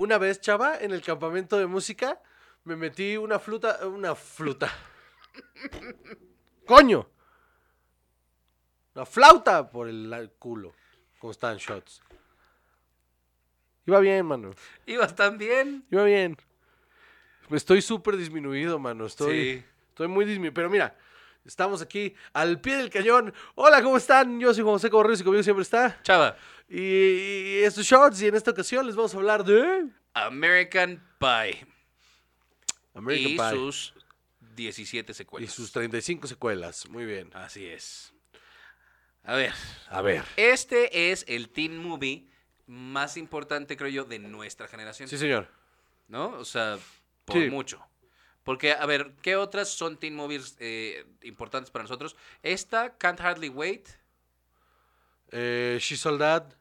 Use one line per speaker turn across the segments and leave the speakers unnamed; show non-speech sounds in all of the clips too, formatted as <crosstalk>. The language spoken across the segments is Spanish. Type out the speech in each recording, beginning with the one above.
Una vez, chava, en el campamento de música, me metí una fluta. Una fluta. ¡Coño! Una flauta por el culo. Como están shots. Iba bien, mano.
Ibas tan bien.
Iba bien. Estoy súper disminuido, mano. Estoy,
Sí.
estoy muy disminuido. Pero mira, estamos aquí al pie del cañón. Hola, ¿cómo están? Yo soy José Correos y conmigo siempre está.
Chava,
Y, y estos shots, y en esta ocasión les vamos a hablar de
American Pie
American
y
Pie
sus 17
y
secuelas.
sus 35 secuelas. Muy bien.
Así es. A ver,
A ver.
este es el teen movie más importante, creo yo, de nuestra generación.
Sí, señor.
¿No? O sea, por
Sí.
mucho. Porque, a ver, ¿qué otras son teen movies eh, importantes para nosotros? Esta, Can't Hardly Wait,
Eh, She's All That.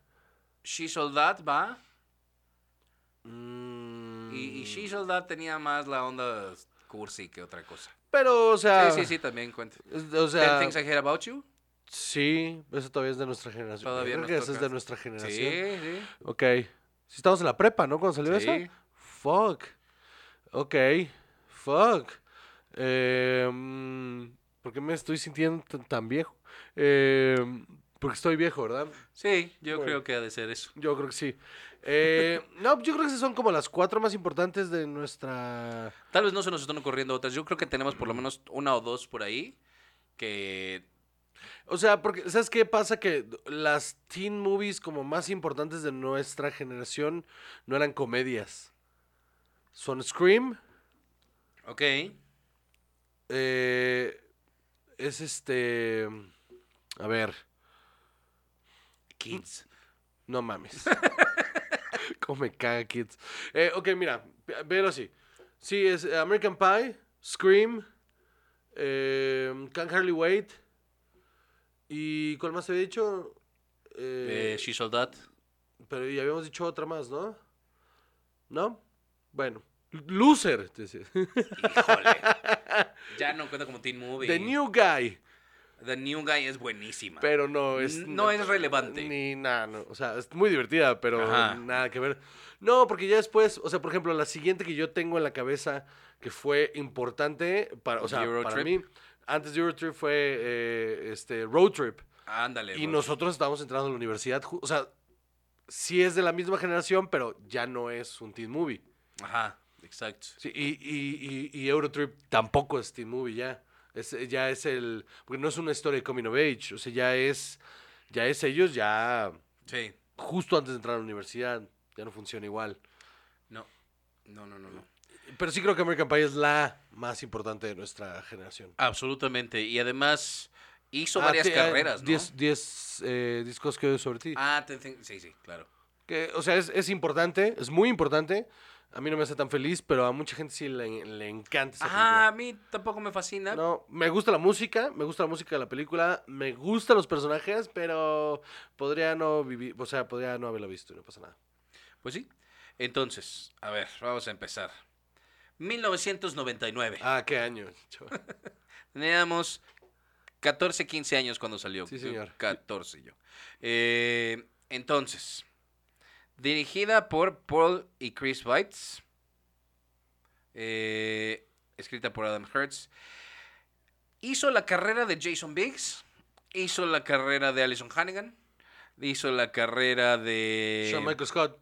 She's All That, va.
Mm,
Y, y She's All That tenía más la onda cursi que otra cosa.
Pero, o sea.
Sí, sí, sí, también cuenta.
es- O
Ten
sea,
Things I Hate About You.
sí, eso todavía es de nuestra generación.
Todavía
Yo
nos
creo que eso es
toca.
de nuestra
Sí,
generación.
sí.
Ok. Si estamos en la prepa, ¿no? Cuando salió
Sí.
esa. Fuck. Ok. Fuck. Eh, mm, ¿Por qué me estoy sintiendo tan, tan viejo? Eh, porque estoy viejo, ¿verdad?
Sí, yo
Bueno.
creo que ha de ser eso.
Yo creo que sí. Eh, no, yo creo que esas son como las cuatro más importantes de nuestra...
Tal vez no se nos están ocurriendo otras. Yo creo que tenemos por lo menos una o dos por ahí que...
O sea, porque, ¿sabes qué pasa? Que las teen movies como más importantes de nuestra generación no eran comedias. Son Scream,
Ok.
Eh, es este. A ver,
Kids.
no mames. <laughs> Cómo me caga, kids. Eh, ok, mira, ve- velo así. Sí, es eh, American Pie, Scream, eh, Can't Hardly Wait. ¿Y cuál más te había dicho? Eh,
Eh, She's All That.
pero ya habíamos dicho otra más, ¿no? ¿No? Bueno. Loser. te decía.
Híjole.
<laughs>
ya no cuenta como teen movie.
The New Guy.
The New Guy es buenísima.
Pero no es.
N- no es relevante.
Ni nada, no. O sea, es muy divertida, pero
Ajá.
nada que ver. No, porque ya después, o sea, por ejemplo, la siguiente que yo tengo en la cabeza que fue importante para, o sea,
Euro
para
Trip.
mí, antes de Euro Trip fue eh, este, Road Trip.
Ándale.
Y
bro.
nosotros estábamos entrando a la universidad, ju- o sea, sí es de la misma generación, pero ya no es un teen movie.
Ajá, exacto.
Sí, y, y, y, y Eurotrip tampoco es Teen Movie ya. Es, ya es el. Porque no es una historia de Coming of Age. O sea, ya es. Ya es ellos ya.
Sí.
Justo antes de entrar a la universidad. Ya no funciona igual.
No. No, no, no, no.
Pero sí creo que American Pie es la más importante de nuestra generación.
Absolutamente. Y además hizo
Ah,
varias
sí, ah,
carreras, ¿no?
Diez, diez, eh, discos que odio sobre ti.
Ah, Ten Things- sí, sí, claro.
Que, o sea, es, es importante. Es muy importante. A mí no me hace tan feliz, pero a mucha gente sí le, le encanta esa película.
Ajá, a mí tampoco me fascina.
No, me gusta la música, me gusta la música de la película, me gustan los personajes, pero podría no vivir, o sea, podría no haberla visto y no pasa nada.
Pues sí. Entonces, a ver, vamos a empezar. 1999.
Ah, qué año. <laughs> chaval.
Teníamos 14, 15 años cuando salió.
Sí, señor.
14 yo. Eh, entonces, dirigida por Paul y Chris Weitz. eh, escrita por Adam Hertz. Hizo la carrera de Jason Biggs. Hizo la carrera de Alison Hannigan. Hizo la carrera de
Sean Michael Scott,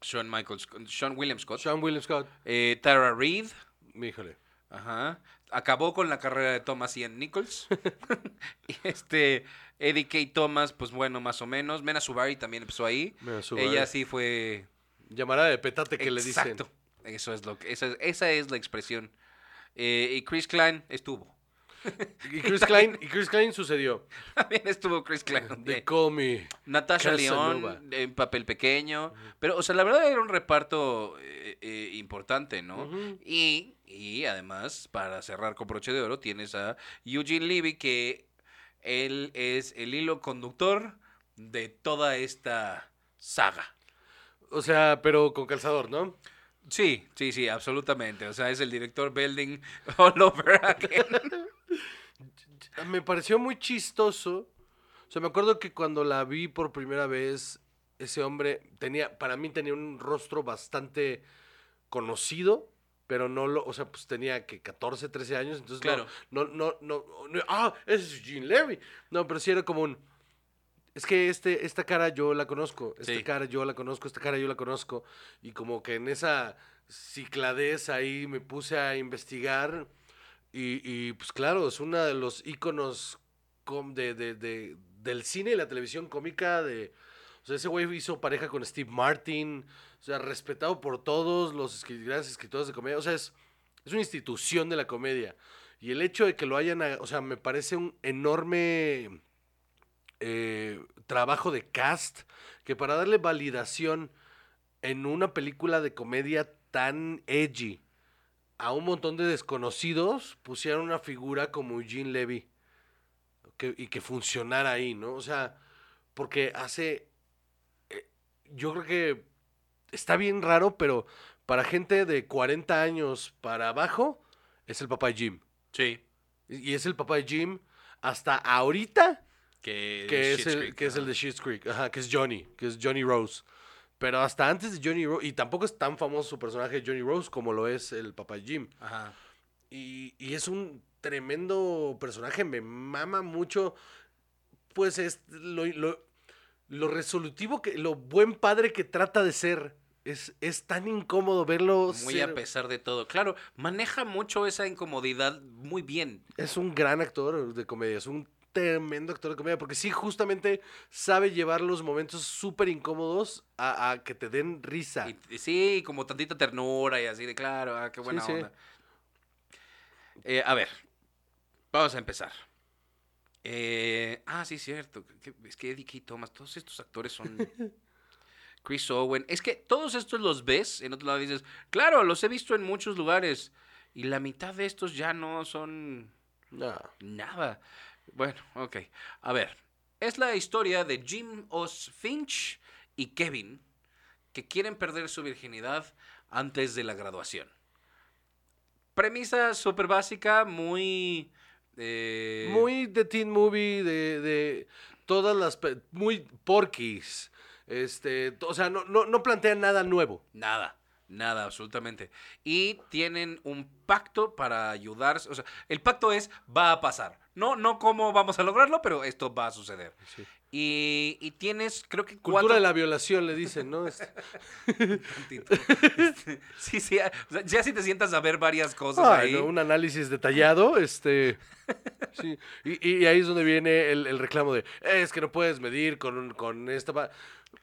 Sean Michael Sc- Sean William Scott.
Sean William Scott,
eh, Tara Reid.
híjole.
Ajá. Acabó con la carrera de Thomas Ian
<laughs>
Nichols. <laughs> y este, Eddie K. Thomas, pues bueno, más o menos. Mena Subari también empezó ahí.
Mena Subari.
Ella sí fue.
Llamada eh. de petate que le
Exacto.
dicen.
Eso es lo que, esa, es- esa es la expresión. Eh, y Chris Klein estuvo. <laughs>
Y Chris Klein, y Chris Klein sucedió.
También estuvo Chris Klein.
De
Eh,
Call Me.
Natasha
Casanova.
León en papel pequeño. Pero, o sea, la verdad era un reparto eh, eh, importante, ¿no?
Ujú.
y, y además, para cerrar con broche de oro, tienes a Eugene Levy, que él es el hilo conductor de toda esta saga.
O sea, pero con calzador, ¿no?
Sí, sí, sí, absolutamente. O sea, es el director building <laughs> all over again.
Me pareció muy chistoso. O sea, me acuerdo que cuando la vi por primera vez, ese hombre tenía, para mí tenía un rostro bastante conocido, pero no lo, o sea, pues tenía que 14, 13 años, entonces
Claro.
no, no, no, no, no, ah, ese es Gene Levy. No, pero sí era como un, es que este, esta cara yo la conozco, esta
Sí.
cara yo la conozco, esta cara yo la conozco, y como que en esa cicladez ahí me puse a investigar, y, y, pues claro, es uno de los íconos com- de, de- de- del cine y la televisión cómica de... O sea, ese güey hizo pareja con Steve Martin, o sea, respetado por todos los escri- grandes escritores de comedia. O sea, es, es una institución de la comedia. Y el hecho de que lo hayan... a- O sea, me parece un enorme eh, trabajo de cast que para darle validación en una película de comedia tan edgy a un montón de desconocidos pusieron una figura como Eugene Levy que- y que funcionara ahí, ¿no? O sea, porque hace, eh, yo creo que está bien raro, pero para gente de 40 años para abajo es el papá de Jim.
Sí.
Y y es el papá de Jim hasta ahorita
Que,
que es,
Schitt's
el,
Creek,
que es el
ajá.
de Sheets Creek, ajá, que es Johnny, que es Johnny Rose. Pero hasta antes de Johnny Rose, y tampoco es tan famoso su personaje Johnny Rose como lo es el papá Jim.
Ajá.
Y, y es un tremendo personaje, me mama mucho. Pues es lo, lo- lo resolutivo, que lo buen padre que trata de ser. Es, es tan incómodo verlo.
Muy
ser-
a pesar de todo. Claro, maneja mucho esa incomodidad muy bien.
Es un gran actor de comedia, es un tremendo actor de comedia, porque sí, justamente sabe llevar los momentos súper incómodos a, a que te den risa.
Y- y sí, como tantita ternura y así de claro, ah, qué
Sí,
buena
sí.
onda. Eh, a ver, vamos a empezar. Eh, ah, sí, cierto. que- que- Es que Eddie Key Thomas, todos estos actores son.
<laughs>
Chris Owen. Es que todos estos los ves en otro lado y dices, claro, los he visto en muchos lugares. Y la mitad de estos ya no son
No.
Nada. Bueno, ok. A ver, es la historia de Jim Os Finch y Kevin que quieren perder su virginidad antes de la graduación. Premisa súper básica, muy... eh,
Muy de teen movie, de, de todas las... pe- Muy porquis. Este, to- o sea, no, no, no plantea nada nuevo.
Nada, nada, absolutamente. Y tienen un pacto para ayudarse. O sea, el pacto es, va a pasar. No, no cómo vamos a lograrlo, pero esto va a suceder. Y, y tienes, creo que...
Cultura
cuatro-
de la violación, le dicen, ¿no? Es- <laughs>
tantito. Este, sí, sí. a- o sea, ya si te sientas a ver varias cosas
Ah,
ahí.
no, un análisis detallado, este. sí, Y, y ahí es donde viene el, el reclamo de "Eh, es que no puedes medir con, un- con esta. pa-".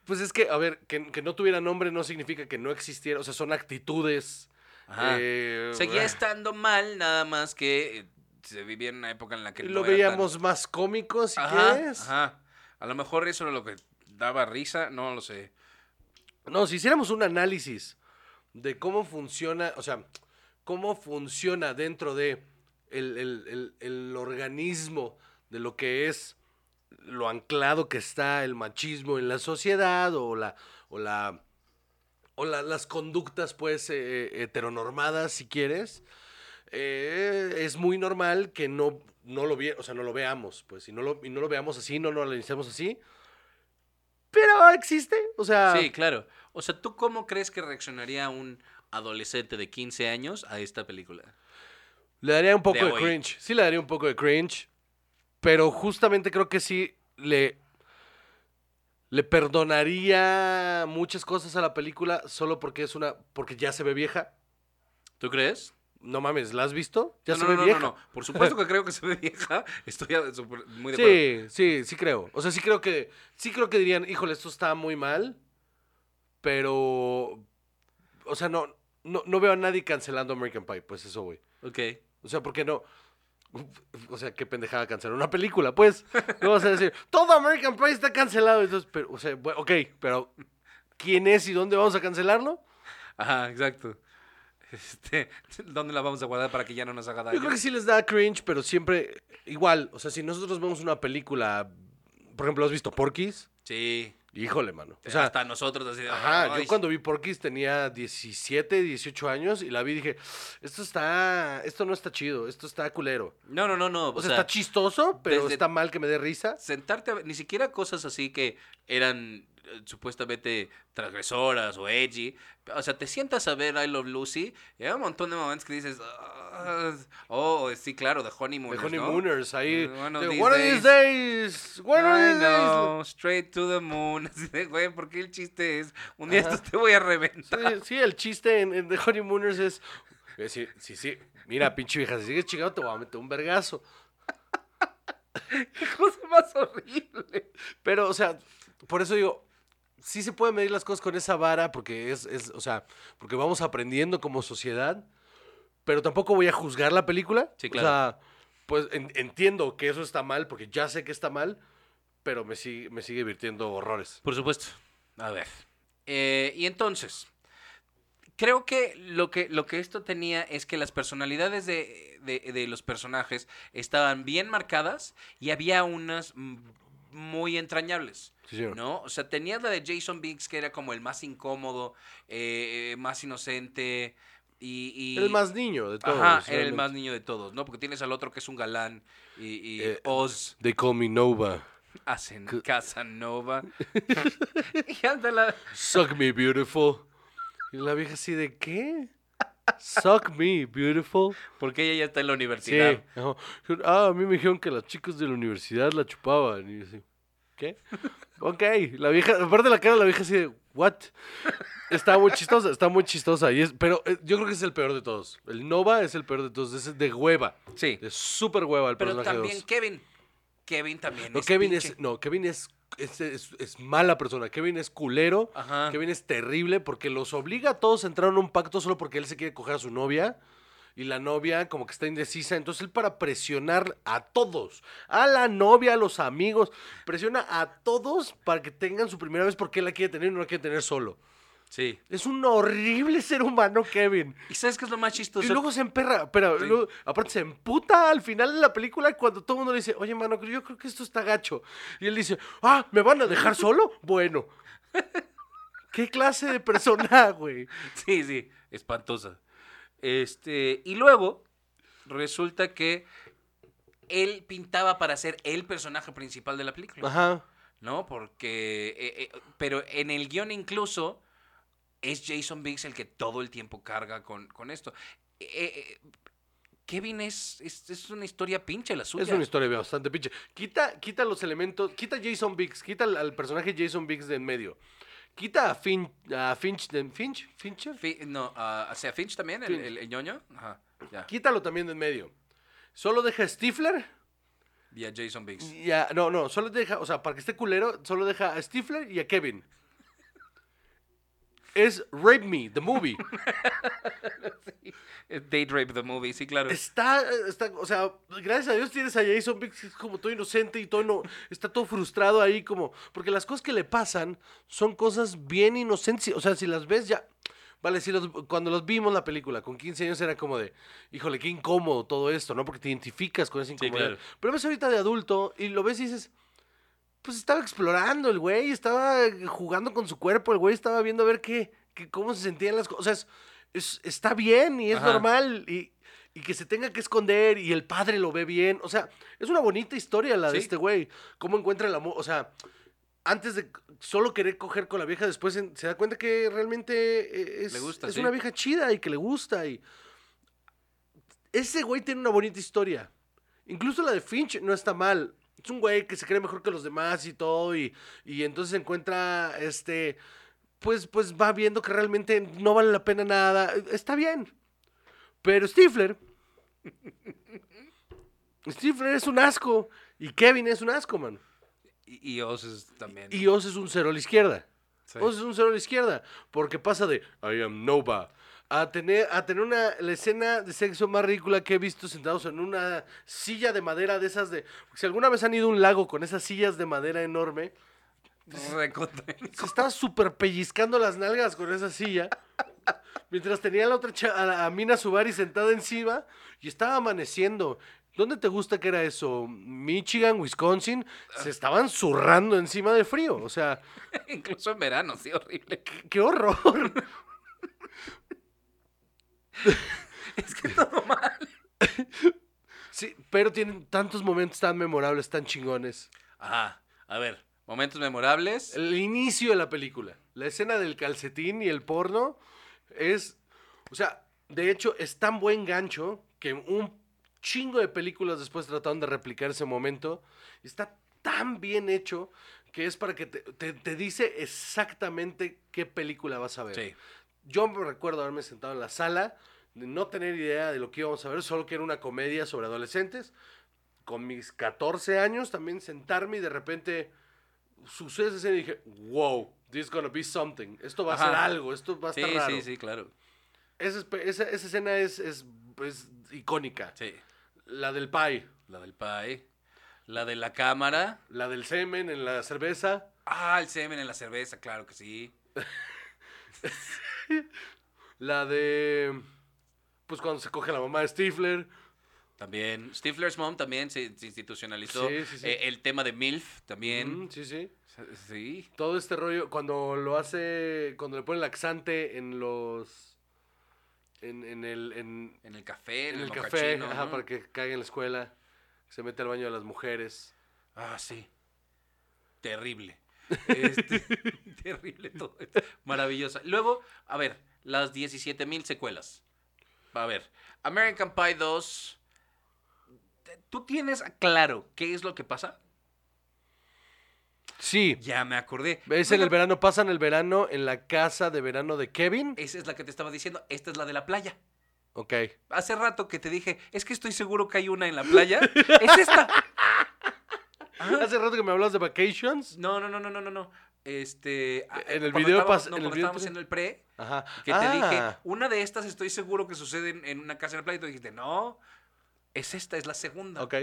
Pues es que, a ver, que, que no tuviera nombre no significa que no existiera. O sea, son actitudes.
Ajá.
eh, <laughs>
Seguía estando mal, nada más que eh, se vivía en una época en la que
Lo
no era
veíamos más cómico, si
tan- Ajá,
quieres.
ajá. A lo mejor eso era lo que daba risa, no lo sé.
No, si hiciéramos un análisis de cómo funciona, o sea, cómo funciona dentro de el, el- el- el organismo de lo que es lo anclado que está el machismo en la sociedad o la o la o la- las conductas pues eh, heteronormadas si quieres eh, es muy normal que no no lo vie- o sea no lo veamos pues y no lo y no lo veamos así no lo analicemos así pero existe o sea
Sí, claro. O sea, ¿tú cómo crees que reaccionaría un adolescente de 15 años a esta película?
Le daría un poco
De
de,
hoy.
cringe. Sí, le daría un poco de cringe. Pero justamente creo que sí le. Le perdonaría muchas cosas a la película solo porque es una. porque ya se ve vieja.
¿Tú crees?
No mames, ¿la has visto? Ya
no,
se
no,
ve
no,
vieja.
no, no. Por supuesto que creo que se ve vieja. <laughs> Estoy a- súper- muy de acuerdo.
Sí, sí, sí creo. O sea, sí creo que. Sí creo que dirían, híjole, esto está muy mal. Pero. O sea, no. No, no veo a nadie cancelando American Pie, pues eso, güey.
Ok.
O sea, ¿por qué no? O sea, qué pendejada cancelar una película, pues. No vas a decir, todo American Pie está cancelado. Entonces, pero, o sea, bueno, ok, pero ¿quién es y dónde vamos a cancelarlo?
Ajá, exacto. <laughs> Este, ¿Dónde la vamos a guardar para que ya no nos haga daño?
Yo creo que sí les da cringe, pero siempre igual. O sea, si nosotros vemos una película, por ejemplo, ¿has visto Porky's?
Sí.
Híjole, mano. O sea,
hasta nosotros así de,
ajá,
"Ay".
yo cuando vi Porky's tenía 17, 18 años y la vi y dije, esto está, esto no está chido, esto está culero.
No, no, no, no.
O, sea, está chistoso, pero
desde-
está mal que me dé risa.
sentarte a ver, ni siquiera cosas así que eran eh, supuestamente transgresoras o edgy. O sea, te sientas a ver I Love Lucy y hay un montón de momentos que dices, "Ah, oh, sí, claro, The
The
Honeymooners, ¿no? Eh,
Honeymooners, ahí.
One of
de,
these
What are these days? What are
I
these days?
know, straight to the moon. <laughs> Así de, güey, ¿por qué el chiste es? Un día
Ajá.
esto te voy
<laughs>
a reventar.
Sí, sí, el chiste en, en The Honeymooners es. eh, Sí, sí, sí. Mira, pinche vieja, si sigues chingando te voy a meter un vergazo.
Qué cosa más horrible.
Pero, o sea, por eso digo, sí se pueden medir las cosas con esa vara, porque es, es, o sea, porque vamos aprendiendo como sociedad, pero tampoco voy a juzgar la película.
Sí,
O sea, pues en- entiendo que eso está mal, porque ya sé que está mal, pero me sigue, me sigue divirtiendo horrores.
Por supuesto. A ver. Eh, y entonces, creo que lo, que lo que esto tenía es que las personalidades de, de- de los personajes estaban bien marcadas y había unas mm, muy entrañables.
Sí, señor.
¿No? O sea, tenías la de Jason Biggs, que era como el más incómodo, eh, más inocente y... y-
El más niño de todos.
Ajá, era el
realmente.
más niño de todos, ¿no? Porque tienes al otro que es un galán y, y
Eh,
Oz
They call me Nova.
hacen
<laughs>
Casanova. y anda la...
Suck me, beautiful. Y la vieja así de, ¿qué? Suck me, beautiful.
Porque ella ya está en la
Sí.
universidad.
ajá. Dijeron, Ah, a mí me dijeron que las chicas de la universidad la chupaban. Y yo así, ¿qué? ok, la vieja, aparte la cara de la vieja así de, ¿what? Está muy chistosa, está muy chistosa. Y es, pero eh, yo creo que es el peor de todos. El Nova es el peor de todos, es de hueva.
Sí.
Es súper hueva el
Pero
personaje
también
dos.
Kevin. Kevin también.
No,
es
Eh, Kevin
pinche-
es, no, Kevin es, es, es- es mala persona. Kevin es culero.
Ajá.
Kevin es terrible porque los obliga a todos a entrar en un pacto solo porque él se quiere coger a su novia. Y la novia como que está indecisa. Entonces él para presionar a todos, a la novia, a los amigos, presiona a todos para que tengan su primera vez porque él la quiere tener y no la quiere tener solo.
Sí.
Es un horrible ser humano, Kevin.
¿Y sabes qué es lo más chistoso?
Y luego se emperra, pero
Sí.
luego, aparte se emputa al final de la película cuando todo el mundo le dice, oye, mano, yo creo que esto está gacho. Y él dice, ah, ¿me van a dejar solo? Bueno. ¿Qué clase de persona, <laughs> güey?
<laughs> Sí, sí. Espantosa. Este. Y luego resulta que él pintaba para ser el personaje principal de la película.
Ajá.
¿No? Porque. eh, eh, pero en el guión incluso. Es Jason Biggs el que todo el tiempo carga con, con esto. Eh, eh, Kevin es, es, es una historia pinche la suya.
Es una historia bastante pinche. Quita, quita los elementos, quita Jason Biggs, quita al, al personaje Jason Biggs de en medio. Quita a, Finch, a Finch, de- Finch, Fincher.
Fi- no, ah, o sea, Finch también, el-
Finch.
El, el ñoño. Ajá, ya.
Quítalo también de en medio. Solo deja a Stifler.
Y a Jason Biggs.
Y a- no, no, solo deja, o sea, para que esté culero, solo deja a Stifler y a Kevin. Es Rape Me, the movie.
Date Rape Eh, the Movie, sí, claro.
Está, está, o sea, gracias a Dios tienes a Jason Biggs que es como todo inocente y todo, no, está todo frustrado ahí como, porque las cosas que le pasan son cosas bien inocentes, o sea, si las ves ya, vale, si los, cuando los vimos la película con 15 años era como de, híjole, qué incómodo todo esto, ¿no? Porque te identificas con esa incomodidad.
claro.
Pero ves ahorita de adulto y lo ves y dices, pues estaba explorando el güey, estaba jugando con su cuerpo, el güey estaba viendo a ver qué, qué- cómo se sentían las cosas. O sea, es- es- está bien y es
Ajá.
normal y, y que se tenga que esconder y el padre lo ve bien. O sea, es una bonita historia la de
Sí.
este güey. Cómo encuentra el amor, o sea, antes de solo querer coger con la vieja, después en- se da cuenta que realmente eh, es,
Le gusta,
es
sí.
una vieja chida y que le gusta y... Ese güey tiene una bonita historia. Incluso la de Finch no está mal. Es un güey que se cree mejor que los demás y todo. Y, y entonces encuentra este. Pues, pues va viendo que realmente no vale la pena nada. Está bien. Pero Stifler. <laughs> Stifler es un asco. Y Kevin es un asco, man.
Y, y Oz es también.
Y Oz es un cero a la izquierda.
Sí.
Oz es un cero a la izquierda. Porque pasa de I am Nova a tener, a tener una, la escena de sexo más ridícula que he visto sentados en una silla de madera de esas de. Si alguna vez han ido a un lago con esas sillas de madera enorme,
Recontra- <laughs>
se estaba super pellizcando las nalgas con esa silla. <laughs> Mientras tenía a la otra cha- a, la- a Mina Subari sentada encima y estaba amaneciendo. ¿Dónde te gusta que era eso? Michigan, Wisconsin, se estaban zurrando encima de frío. O sea,
Incluso en verano, sí, horrible.
¡Qué horror!
Es que todo mal.
Sí, pero tienen tantos momentos tan memorables, tan chingones.
Ajá, a ver, Momentos memorables.
El inicio de la película, la escena del calcetín y el porno es, o sea, de hecho es tan buen gancho que un chingo de películas después trataron de replicar ese momento. Está tan bien hecho que es para que te, te- te dice exactamente qué película vas a ver.
Sí.
Yo me recuerdo haberme sentado en la sala, de no tener idea de lo que íbamos a ver, solo que era una comedia sobre adolescentes. Con mis 14 años también sentarme y de repente sucede esa escena y dije, wow, this gonna be something. Esto va
Ajá.
a ser algo, esto va a
Sí,
estar raro.
sí, sí, claro.
Esa, espe- esa- esa escena es, es- es icónica.
Sí.
La del pie,
La del pie. La de la cámara.
la del semen en la cerveza,
Ah, el semen en la cerveza, claro que sí.
la de... Pues cuando se coge la mamá de Stifler.
También. Stifler's Mom también se, se institucionalizó.
Sí, sí, sí.
Eh, el tema de MILF también.
Mm, sí, sí.
Sí.
Todo este rollo, cuando lo hace, cuando le ponen laxante en los... En, en el, en,
En el café, en,
en
el,
el café,
mocachino,
ajá,
¿no?
para que caiga en la escuela, se mete al baño de las mujeres.
Ah, sí. Terrible. Este, <laughs> terrible todo. esto. Maravillosa. Luego, a ver, las 17.000 secuelas. A ver, American Pie 2. ¿Tú tienes claro qué es lo que pasa?
Sí,
Ya me acordé.
es en el
Oigan,
verano, pasan el verano en la casa de verano de Kevin.
Esa es la que te estaba diciendo. Esta es la de la playa.
Ok.
Hace rato que te dije, es que estoy seguro que hay una en
<laughs>
la playa. es esta. Ah.
Hace rato que me hablas de vacations.
No, no, no, no, no, no, no. Este. a-
En el
cuando
video
estábamos-
pas-
no,
en el
cuando
video
estábamos
pas-
en el pre,
Ajá.
que te dije,
Ah,
una de estas estoy seguro que sucede en, en una casa en la playa. Y tú dijiste, no, es esta, es la segunda.
Ok.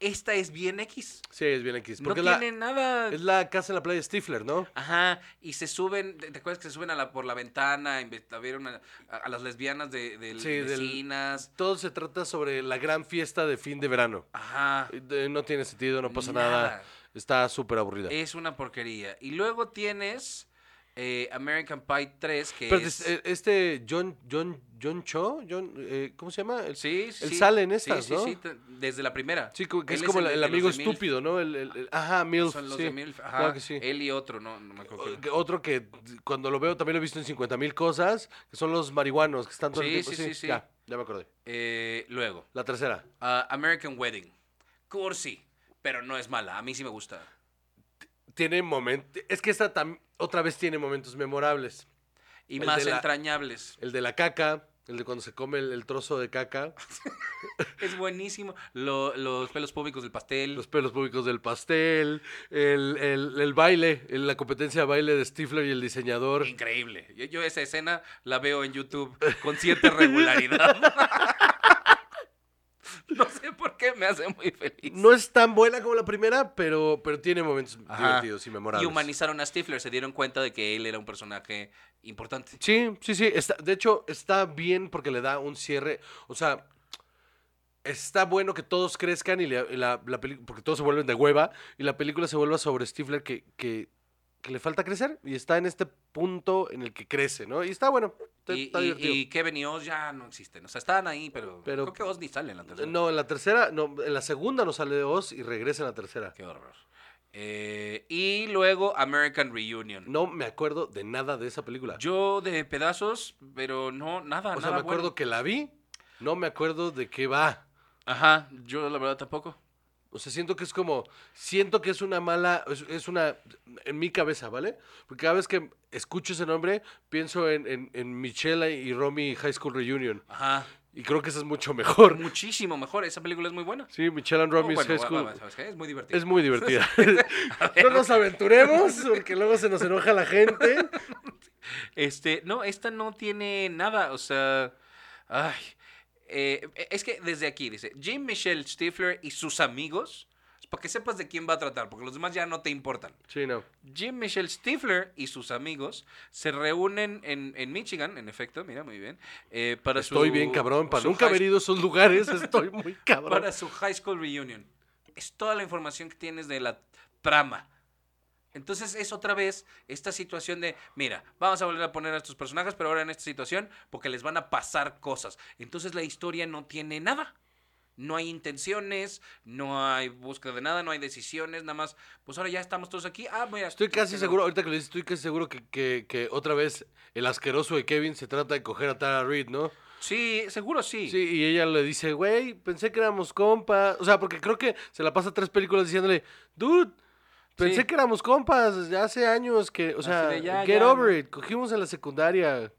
Esta es bien X.
Sí, es bien X.
No
Porque
tiene
es la-
nada.
es la casa en la playa de Stifler, ¿no?
Ajá, y se suben, ¿te te acuerdas que se suben a la, por la ventana, inve- a ver una- a, a las lesbianas de, del-
Sí, del-
vecinas?
Todo se trata sobre la gran fiesta de fin de verano.
Ajá.
Eh, No tiene sentido, no pasa nada.
Nada.
Está súper aburrida.
Es una porquería. Y luego tienes eh, American Pie 3, que
Pero
es...
este- este John, John, John Cho, John, eh, ¿cómo se llama? El-
sí, sí,
él
sí.
sale en
Sí,
estas,
sí,
¿no?
sí, te- desde la primera.
Sí, que es
Él
como
el
el,
de
el
los
amigo
de Milf.
estúpido, ¿no? El, el- el- ajá, Milf.
Son los
sí.
de MILF. Ajá,
Claro que sí. Oh,
Él y otro, no, no me acuerdo. quién.
O- que Otro que cuando lo veo también lo he visto en 50 mil cosas, que son los marihuanos que están todo el
Sí,
tiempo.
sí,
Sí,
sí, sí.
Ya, ya me acordé.
Eh, luego,
La tercera.
ah, American Wedding. Cursi, pero no es mala. A mí sí me gusta.
Tiene momentos. Es que esta tam- otra vez tiene momentos memorables.
Y
El de
más
la-
entrañables.
El de la caca, el de cuando se come el, el trozo de
<laughs>
caca,
Es buenísimo. Lo- los pelos públicos del pastel.
los pelos públicos del pastel, el, el- el baile, el- la competencia de baile de Stifler y el diseñador.
Increíble. Yo, yo esa escena la veo en YouTube con cierta regularidad. <laughs> no sé por qué me hace muy feliz.
No es tan buena como la primera, pero, pero tiene momentos
Ajá.
divertidos y
Y
memorables.
humanizaron a Stifler, se dieron cuenta de que él era un personaje importante.
Sí, sí, sí. Está, de hecho, está bien porque le da un cierre. O sea, está bueno que todos crezcan y, le- y la, la peli- porque todos se vuelven de hueva y la película se vuelva sobre Stifler que, que, que le falta crecer y está en este punto en el que crece, ¿no? Y está bueno. Está,
y,
está
y-
divertido.
y Kevin y Oz ya no existen. O sea, estaban ahí, pero,
Pero-
creo que Oz ni sale en la tercera.
Eh, No, en la tercera, no, en la segunda no sale Oz y regresa en la tercera.
Qué horror. Eh, y luego American Reunion.
No me acuerdo de nada de esa película.
Yo de pedazos, pero no, nada,
o sea,
nada
me acuerdo
bueno.
que la vi, no me acuerdo de qué va.
Ajá, yo la verdad tampoco.
O sea, siento que es como, siento que es una mala, es, es una, en mi cabeza, ¿vale? Porque cada vez que escucho ese nombre, pienso en, en, en Michelle y Romy High School Reunion.
Ajá.
Y creo que esa es mucho mejor.
Muchísimo mejor, esa película es muy buena.
Sí, Michelle and
Oh,
Romy's
bueno,
High
va-
School.
va- ¿sabes qué? Es muy divertido.
Es muy
<laughs>
divertida. no nos aventuremos, porque luego se nos enoja la gente.
Este, no, esta no tiene nada, o sea, ay, eh, es que desde aquí dice, Jim Michelle Stifler y sus amigos, para que sepas de quién va a tratar, porque los demás ya no te importan.
Sí, no.
Jim Michelle Stifler y sus amigos se reúnen en, en Michigan, en efecto, mira, muy bien, eh, para su-
Estoy bien cabrón, para
su
nunca
high-
haber ido a esos lugares, estoy muy cabrón.
<laughs> Para su high school reunion. Es toda la información que tienes de la trama. Entonces es otra vez esta situación de, mira, vamos a volver a poner a estos personajes, pero ahora en esta situación, porque les van a pasar cosas. Entonces la historia no tiene nada. No hay intenciones, no hay búsqueda de nada, no hay decisiones, nada más. Pues ahora ya estamos todos aquí. Ah, mira.
Estoy casi
pero-
seguro, ahorita que lo dices, estoy casi seguro que, que- que otra vez el asqueroso de Kevin se trata de coger a Tara Reid, ¿no?
Sí, seguro sí.
Sí, y ella le dice, güey, pensé que éramos compas. O sea, porque creo que se la pasa tres películas diciéndole, dude, pensé
Sí.
que éramos compas desde hace años que, o
Así
sea,
de, "Ya,
get
ya,
over
¿no?"
it, cogimos en la secundaria.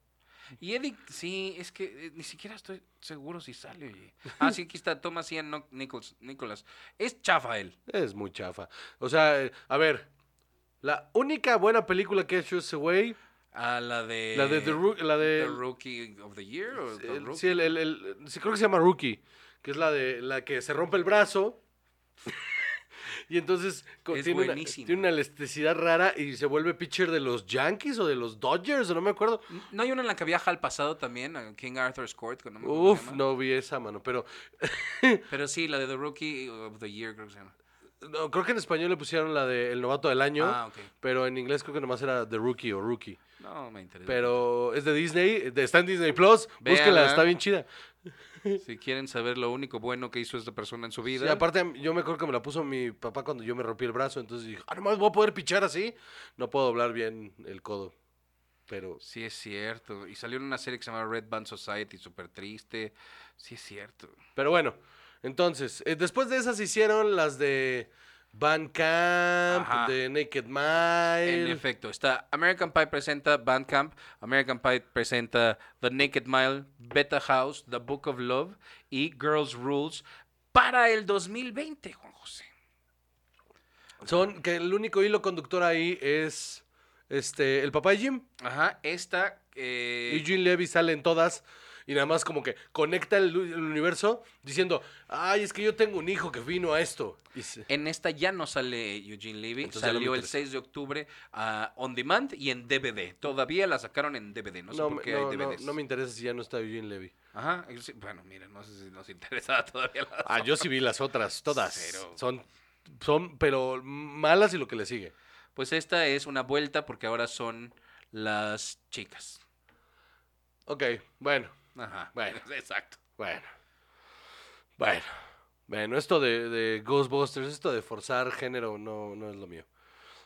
Y Eddie, sí, es que eh, ni siquiera estoy seguro si sale.
<laughs>
Oye. Ah, sí, aquí está Thomas Ian No- Nichols, Nicholas. Es chafa él.
Es muy chafa. O sea, eh, a ver, la única buena película que ha hecho ese güey,
Ah, la de.
la de The, Roo- la de
The Rookie of the Year. o The
el-
Pues, Rookie.
sí, el- el- el- sí, creo que se llama Rookie, que es la de la que se rompe el brazo. <laughs> y entonces co-
Es
tiene, una,
buenísima.
tiene una elasticidad rara y se vuelve pitcher de los Yankees o de los Dodgers, o no me acuerdo.
¿No hay una en la que viaja al pasado también? a King Arthur's Court. que no me acuerdo cómo se
Uf,
llama?
no vi esa mano, pero
Pero sí, la de The Rookie of the Year, creo que se llama.
no, creo que en español le pusieron la de El Novato del Año,
Ah, ok.
pero en inglés creo que nomás era The Rookie o Rookie.
No me interesa.
Pero es de Disney, de- está en Disney Plus,
Véanla.
búsquenla, está bien chida.
Si quieren saber lo único bueno que hizo esta persona en su vida.
Sí, aparte, yo me acuerdo que me la puso mi papá cuando yo me rompí el brazo. Entonces dije, ah, nomás voy a poder pichar así. No puedo doblar bien el codo. Pero
Sí, es cierto. Y salió en una serie que se llama Red Band Society, súper triste. Sí, es cierto.
pero bueno, entonces, eh, después de esas hicieron las de Van Camp,
Ajá.
de Naked Mile.
En efecto, está American Pie presenta Bandcamp, American Pie presenta The Naked Mile, Beta House, The Book of Love y Girls Rules para el 2020, Juan José.
Son que el único hilo conductor ahí es este el papá de Jim.
Ajá, esta... eh,
Eugene Levy sale en todas y nada más como que conecta el, el universo diciendo, ay, es que yo tengo un hijo que vino a esto. Y se-
En esta ya no sale Eugene Levy,
Entonces ya no me
salió el
interesa.
6 de octubre a on demand y en DVD. Todavía la sacaron en DVD, no sé
no,
por
me-
qué
no,
hay
no,
DVDs.
no me interesa si ya no está Eugene Levy.
Ajá, sí, bueno, mira, no sé si nos <laughs> interesaba todavía la
Ah, yo sí vi las otras, todas.
Cero.
Son, son, pero malas y lo que le sigue.
Pues esta es una vuelta porque ahora son las chicas.
Ok, bueno,
Ajá.
Bueno.
<laughs> exacto.
bueno. Bueno, bueno, esto de, de Ghostbusters, esto de forzar género no, no es lo mío.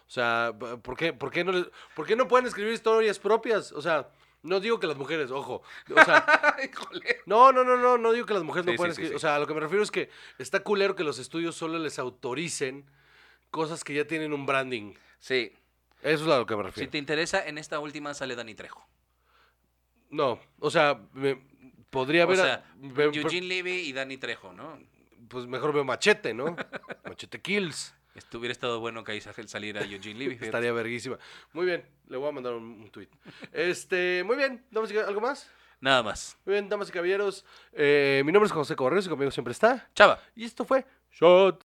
O sea, b- ¿por qué, por, qué no, les- ¿por qué no pueden escribir historias propias? O sea, no digo que las mujeres, ojo. O sea,
Híjole.
No, no, no, no, no digo que las mujeres
Sí,
no
sí,
pueden
sí,
escribir.
sí.
O sea, a lo que me refiero es que está culero que los estudios solo les autoricen cosas que ya tienen un branding.
Sí,
Eso es a lo que me
si
refiero.
te interesa, en esta última sale Dani Trejo.
No, o sea, me- podría
O
haber.
sea,
ve-
Eugene Levy y Dani Trejo, ¿no?
Pues mejor veo Machete,
<laughs>
¿no? machete Kills.
Estuviera estado bueno que ahí sal- saliera Eugene Levy. fíjate.
Estaría verguísima. Muy bien, le voy a mandar un, un tweet. Este, muy bien, damas y cab- ¿algo más?
Nada más.
Muy bien, damas y caballeros. eh, mi nombre es José Correos y conmigo siempre está.
Chava.
Y esto fue Shot.